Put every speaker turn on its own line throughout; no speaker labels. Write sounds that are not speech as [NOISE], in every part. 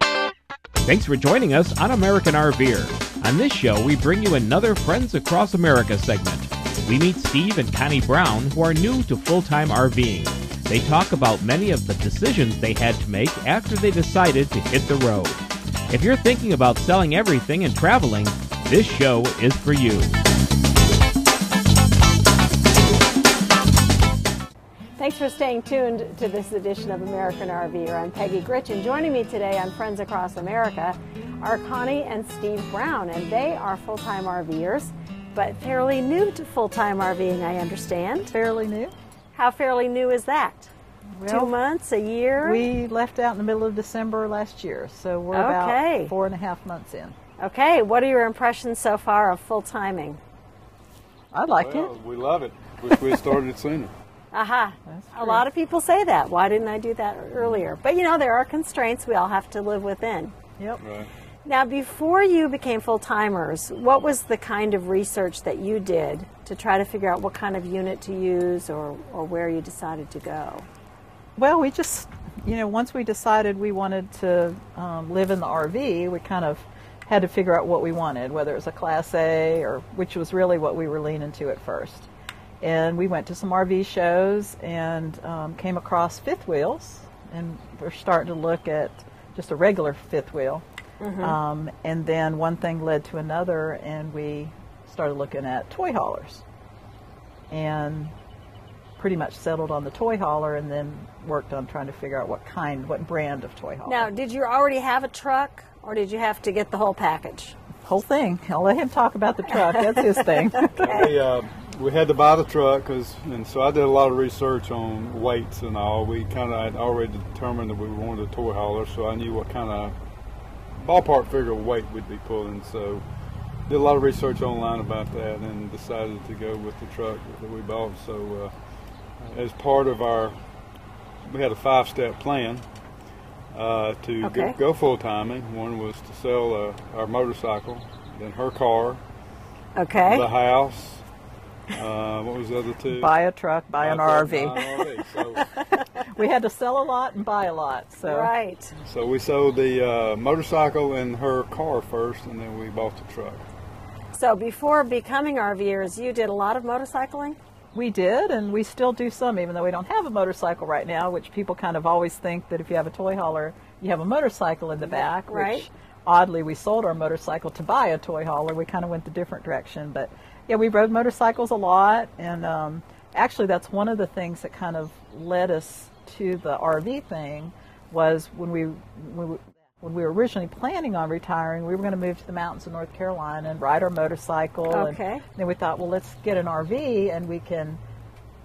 Thanks for joining us on American RVer. On this show, we bring you another Friends Across America segment. We meet Steve and Connie Brown, who are new to full time RVing. They talk about many of the decisions they had to make after they decided to hit the road. If you're thinking about selling everything and traveling, this show is for you.
Thanks for staying tuned to this edition of American RVer. I'm Peggy Gritch, and joining me today on Friends Across America are Connie and Steve Brown, and they are full-time RVers, but fairly new to full-time RVing, I understand.
fairly new.
How fairly new is that? Two months, a year?
We left out in the middle of December last year, so we're
Okay.
about four and a half months in.
okay, what are your impressions so far of full-timing?
I like
Well,
it.
we love it. Wish we had started it sooner.
Aha. A lot of people say that. Why didn't I do that earlier? But you know, there are constraints we all have to live within.
Yep.
Right.
Now, before you became full timers, what was the kind of research that you did to try to figure out what kind of unit to use or, or where you decided to go?
Well, we just, you know, once we decided we wanted to um, live in the RV, we kind of had to figure out what we wanted, whether it was a Class A or which was really what we were leaning to at first. And we went to some RV shows and um, came across fifth wheels, and we're starting to look at just a regular fifth wheel.
Mm-hmm.
Um, and then one thing led to another, and we started looking at toy haulers. And pretty much settled on the toy hauler and then worked on trying to figure out what kind, what brand of toy hauler.
Now, did you already have a truck or did you have to get the whole package?
Whole thing. I'll let him talk about the truck. That's his thing.
[LAUGHS]
We, uh, we had to buy the truck, 'cause- and so I did a lot of research on weights and all. We kind of had already determined that we wanted a toy hauler, so I knew what kind of ballpark figure of weight we'd be pulling. So did a lot of research online about that and decided to go with the truck that we bought. So uh, as part of our, we had a five-step plan uh, to
Okay.
go, go full timing. One was to sell uh, our motorcycle, then her car, the
Okay.
house. Uh, what was the other two?
buy a truck, buy an RV.
Buy an RV. So,
We had to sell a lot and buy a lot. So
Right.
so we sold the uh, motorcycle and her car first, and then we bought the truck.
So, before becoming RVers, you did a lot of motorcycling?
we did, and we still do some, even though we don't have a motorcycle right now, which people kind of always think that if you have a toy hauler, you have a motorcycle in the back,
Right.
which oddly we sold our motorcycle to buy a toy hauler. We kind of went the different direction, but yeah, we rode motorcycles a lot, and um, actually that's one of the things that kind of led us to the RV thing was when we when we, when we were originally planning on retiring, we were going to move to the mountains of North Carolina and ride our motorcycle. and
Okay.
then we thought, well, let's get an RV and we can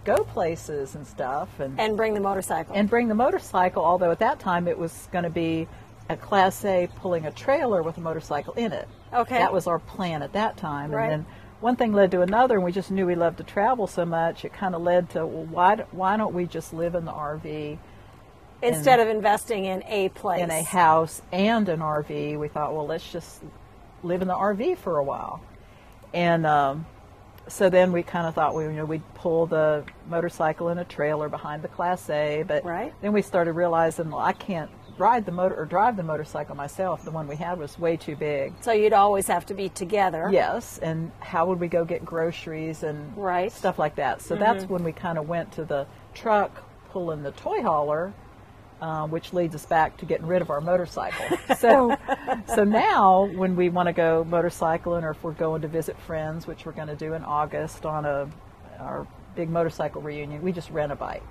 go places and stuff and
And bring the motorcycle.
and bring the motorcycle. Although at that time it was going to be a Class A pulling a trailer with a motorcycle in it.
Okay.
that was our plan at that time.
Right.
And then one thing led to another, and we just knew we loved to travel so much. It kind of led to well, why d- why don't we just live in the RV
instead of investing in a place.
in a house and an RV. We thought, well, let's just live in the RV for a while. And um, so then we kind of thought, we, you know, we'd pull the motorcycle in a trailer behind the Class A. But
Right.
then we started realizing, well, I can't ride the motor or drive the motorcycle myself. The one we had was way too big.
So, you'd always have to be together.
Yes, and how would we go get groceries and
Right. Mm-hmm.
stuff like that? So that's when we kind of went to the truck pulling the toy hauler, um, which leads us back to getting rid of
[LAUGHS]
our motorcycle. so, so now when we want to go motorcycling, or if we're going to visit friends, which we're going to do in August on a our big motorcycle reunion, we just rent a bike.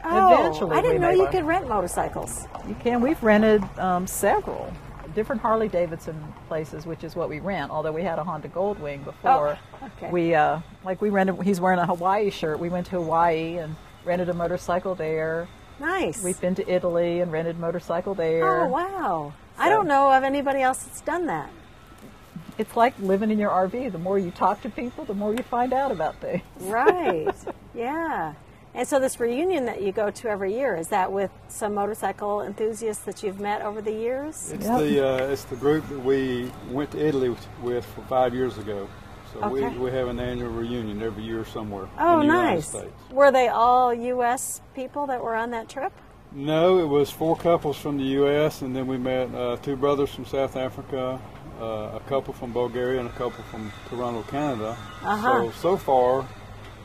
And
Oh,
eventually
I
we
didn't know
may
you
want-
could rent motorcycles.
you can. We've rented um, several different Harley Davidson places, which is what we rent. Although we had a Honda Goldwing before,
Oh, okay.
we uh, like we rented. He's wearing a Hawaii shirt. We went to Hawaii and rented a motorcycle there.
Nice.
We've been to Italy and rented motorcycle there.
Oh wow! I don't know of anybody else that's done that.
it's like living in your RV. The more you talk to people, the more you find out about things. [LAUGHS]
[LAUGHS]
Right. yeah. And so this reunion that you go to every year is that with some motorcycle enthusiasts that you've met over the years?
It's
Yep.
the uh, it's the group that we went to Italy with, with for five years ago. So
Okay.
we, we have an annual reunion every year somewhere.
Oh,
in the United
nice.
States.
Were they all U.S. people that were on that trip?
No, it was four couples from the U.S. and then we met uh, two brothers from South Africa, uh, a couple from Bulgaria, and a couple from Toronto, Canada.
Uh-huh.
So so far,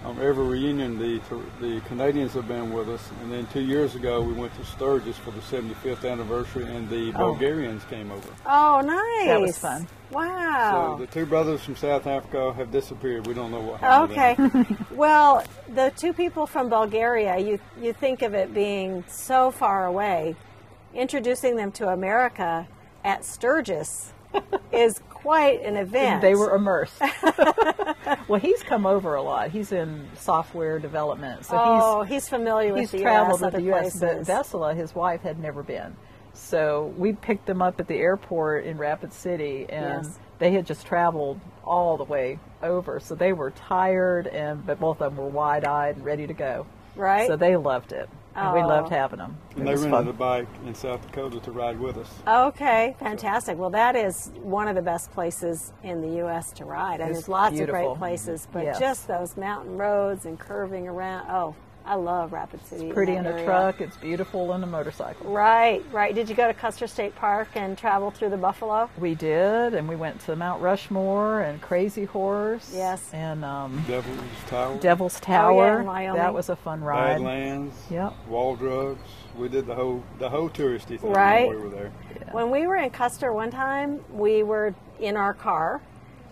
um, every reunion the the Canadians have been with us, and then two years ago we went to Sturgis for the 75th anniversary, and the Bulgarians came over.
Oh, nice.
That was fun.
Wow.
So the two brothers from South Africa have disappeared. We don't know what
[LAUGHS]
happened. to
Okay.
them.
well, the two people from Bulgaria, you, you think of it being so far away. Introducing them to America at
[LAUGHS]
Sturgis is quite an event.
They were immersed. [LAUGHS] well, he's come over a lot. He's in software development, so
oh, he's, familiar
he's
with
he's
the
traveled
US,
with
other
the U.S. But
places.
Vesela, his wife, had never been. So we picked them up at the airport in Rapid City, and
Yes.
they had just traveled all the way over, so they were tired, and but both of them were wide-eyed and ready to go.
Right.
So they loved it, and we
Oh.
loved having them. It
And they
was
rented
fun.
a bike in South Dakota to ride with us.
Okay, fantastic. Well, that is one of the best places in the U.S. to ride. And
It's
there's lots of
beautiful.
great places, but
Yes.
just those mountain roads and curving around. Oh, I love Rapid City.
Pretty
that
in a
area.
truck. It's beautiful in a motorcycle.
Right, right. Did you go to Custer State Park and travel through the Buffalo?
We did, and we went to Mount Rushmore and Crazy Horse.
Yes. Oh,
And um,
Devil's Tower.
Devil's Tower.
in Wyoming.
That was a fun ride.
Badlands,
Yep.
Wall Drugs. We did the whole the whole touristy thing
Right.
when we were there.
When we were in Custer one time, we were in our car,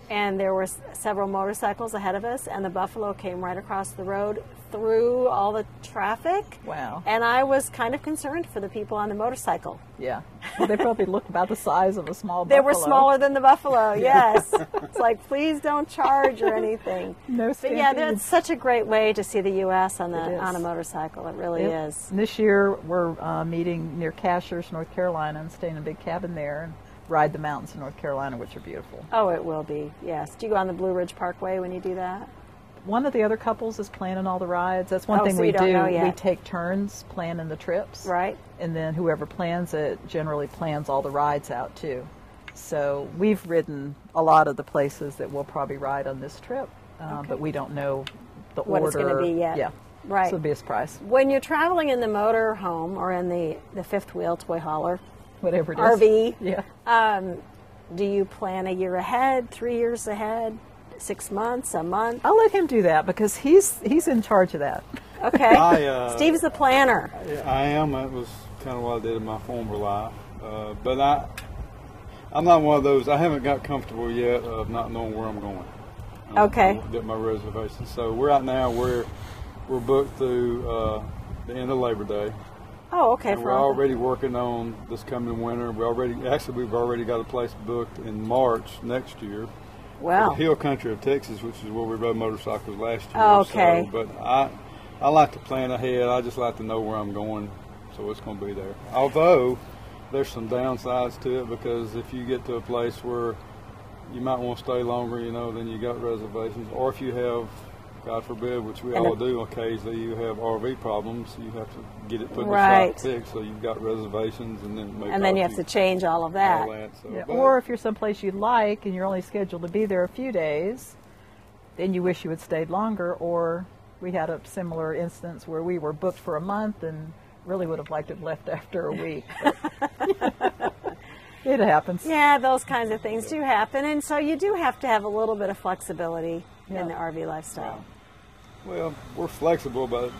and there were s- several motorcycles ahead of us, and the buffalo came right across the road through all the traffic.
Wow.
And I was kind of concerned for the people on the motorcycle.
Yeah. Well, they probably looked about the size of a small.
They were
buffalo.
smaller than the
[LAUGHS]
buffalo. Yes, it's like please don't charge or anything.
No
But yeah,
stampede.
that's such a great way to see the U.S. on the
It is.
on a motorcycle. It really
Yep.
is.
And this year we're uh, meeting near Cashers, North Carolina, and staying in a big cabin there and ride the mountains in North Carolina, which are beautiful.
Oh, it will be. Yes. Do you go on the Blue Ridge Parkway when you do that?
One of the other couples is planning all the rides. That's one
Oh,
thing
so
we
you don't
do.
know yet.
We take turns planning the trips.
Right.
And then whoever plans it generally plans all the rides out too. So we've ridden a lot of the places that we'll probably ride on this trip, um, but we don't know the
What
order.
it's gonna be yet.
Yeah.
Right.
So it'll be a surprise,
When you're traveling in the motor home or in the, the fifth wheel toy hauler,
whatever it is.
RV.
Yeah.
do you plan a year ahead, three years ahead, six months, a month?
I'll let him do that because he's he's in charge of that.
Okay.
[LAUGHS] I, uh,
Steve's the planner.
Yeah, I am. That was kind of what I did in my former life. Uh, but I, I'm not one of those. I haven't got comfortable yet of not knowing where I'm going. Um,
Okay.
Get my reservation. So we're out now. We're we're booked through uh, the end of Labor Day.
Oh, okay.
And
For
we're
all-
already working on this coming winter. We already actually we've already got a place booked in March next year.
Wow.
The hill country of Texas, which is where we rode motorcycles last year.
Oh, Okay.
So, but I I like to plan ahead. I just like to know where I'm going, so it's going to be there. Although there's some downsides to it because if you get to a place where you might want to stay longer, you know, than you got reservations, or if you have God forbid, which we
And
all
a-
do occasionally, you have RV problems. You have to get it put
Right.
in the shop fixed, so you've got reservations, and then it may
And then
cost
you have to change all of that.
all that. So,
Yeah.
but-
Or if you're someplace you like and you're only scheduled to be there a few days, then you wish you had stayed longer. Or we had a similar instance where we were booked for a month and really would have liked to have left after a week. [LAUGHS] but- it happens.
Yeah, those kinds of things do happen. And so you do have to have a little bit of flexibility
Yeah.
in the RV lifestyle.
Well, we're flexible, but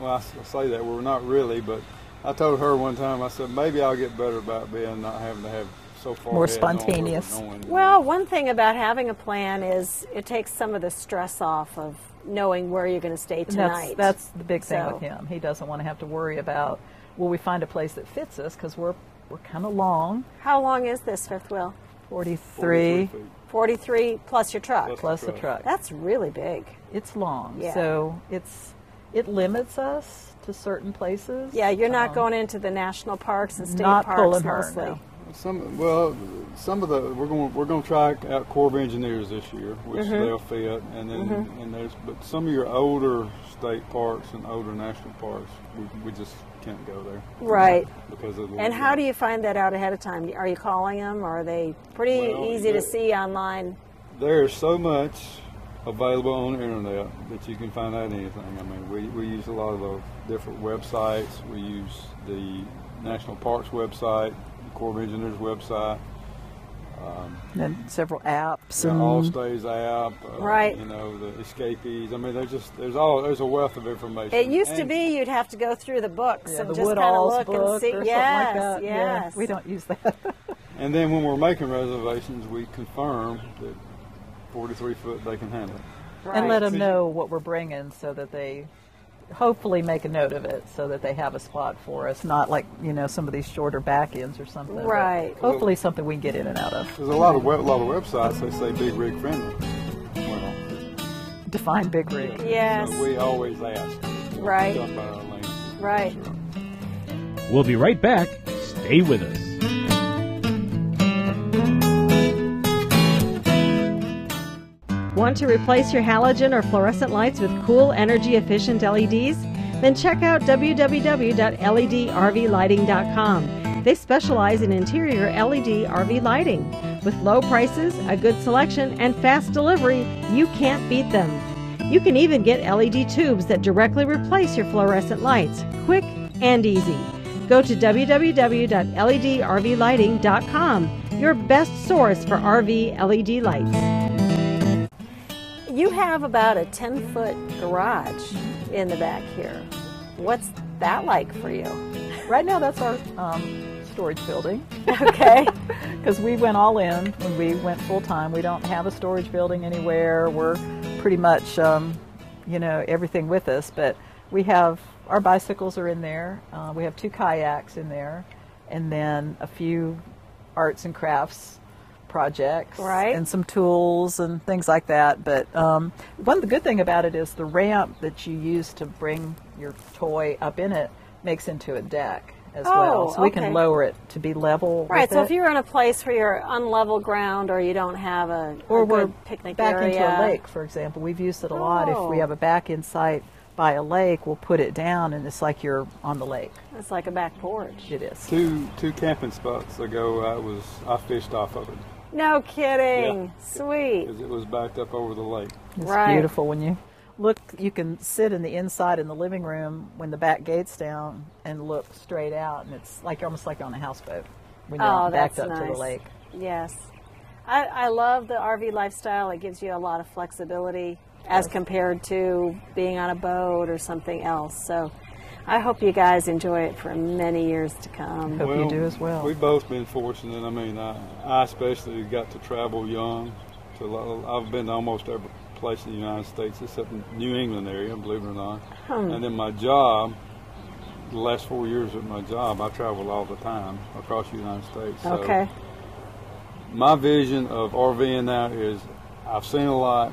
well, I s- I say that we're not really. But I told her one time, I said maybe I'll get better about being not having to have so far
More
ahead knowing where we're
spontaneous.
going.
Well, one thing about having a plan is it takes some of the stress off of knowing where you're going to stay
And That's,
tonight.
that's the big thing
So-
with him. He doesn't want to have to worry about, will we find a place that fits us? Because we're, we're kind of long,
How long is this fifth wheel?
43,
43 feet.
43 plus your truck.
Plus-
plus a truck.
That's really big.
it's long.
Yeah.
So it's it limits us to certain places.
Yeah, you're not
Um,
going into the national parks and state
not
parks
pulling her,
mostly.
no.
Some well, some of the we're going we're going to try out Corps of Engineers this year, which
Mm-hmm.
they'll fit, and then and there's but some of your older state parks and older national parks, we, we just can't go there
Right.
because of the
And how do you find that out ahead of time? Are you calling them? Are they pretty
Well,
easy to
the-
see online?
There is so much available on the internet that you can find out anything. I mean, we, we use a lot of the different websites. We use the National Parks website, the Corps of Engineers website,
And several apps
the
and
Allstays app, uh,
Right.
you know, the Escapees. I mean, there's just, there's all, there's a wealth of information.
It used to
And-
be you'd have to go through the books
yeah,
and
the
just
Wood
kind of
Alls
look and
book
see.
or something
yes,
like that. Yeah,
yes.
we don't use that.
And then when we're making reservations, we confirm that 43 foot they can handle it.
And let
Right.
them know what we're bringing so that they hopefully make a note of it so that they have a spot for us, not like, you know, some of these shorter back ends or something. but
Right.
Hopefully something we can get in and out of.
There's a lot of web, lot of websites they say big rig friendly. Well,
Define big rig.
[LAUGHS] Yes.
So we always ask.
Right.
Done by our lady.
Right.
Sure.
We'll be right back. Stay with us.
Want to replace your halogen or fluorescent lights with cool, energy efficient LEDs? Then check out E www.ledrvlighting.com. They specialize in interior E LED RV lighting. With low prices, a good selection, and fast delivery, you can't beat them. You can even get LED tubes that directly replace your fluorescent lights, quick and easy. Go to E www.ledrvlighting.com, your best source for RV LED E lights.
You have about a 10 foot garage in the back here. What's that like for
[LAUGHS]
you?
Right now, that's our um, storage building
Okay.
because we went all in when we went full time. We don't have a storage building anywhere. We're pretty much, um, you know, everything with us. But we have our bicycles are in there. Uh, we have two kayaks in there, and then a few arts and crafts projects,
Right.
And some tools and things like that. But um, one the good thing about it is the ramp that you use to bring your toy up in it makes into a deck as well,
Oh,
so we
okay.
can lower it to be level.
right.
with
So
it.
if you're in a place where you're on level ground or you don't have a, a
or
good
we're
picnic
back
area,
into a lake, for example. We've used it a lot. If we
Oh.
have a back in sight by a lake, we'll put it down, and it's like you're on the lake.
it's like a back porch.
It is.
Two two camping spots ago, I was I fished off of it
No kidding.
Yeah.
Sweet.
because it was backed up over the lake.
It's
Right.
beautiful when you look. You can sit in the inside in the living room when the back gate's down and look straight out, and it's like almost like on a houseboat when you're
Oh,
backed
that's
up to
nice.
the lake.
Yes. I, I love the RV lifestyle. It gives you a lot of flexibility as compared to being on a boat or something else. So I hope you guys enjoy it for many years to come.
Hope you do as well.
We've both been fortunate. I mean, I, I especially got to travel young. To a lot, I've been to almost every place in the United States except New England area, believe it or not.
Hmm.
And then my job, the last four years of my job, I traveled all the time across the United States. So
Okay.
my vision of RVing now is I've seen a lot.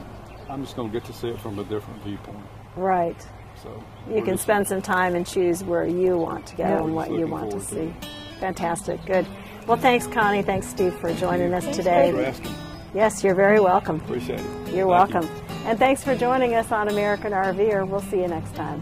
I'm just going to get to see it from a different viewpoint.
Right.
So
You can spend some time and choose where you want to go
Yeah.
and what you
Looking
want to see.
forward
Fantastic. Good. Well, thanks, Connie. Thanks, Steve, for joining us
Thanks for
today.
asking.
Yes, you're very welcome.
Appreciate it. Thank
You're
you.
welcome. And thanks for joining us on American RVer. We'll see you next time.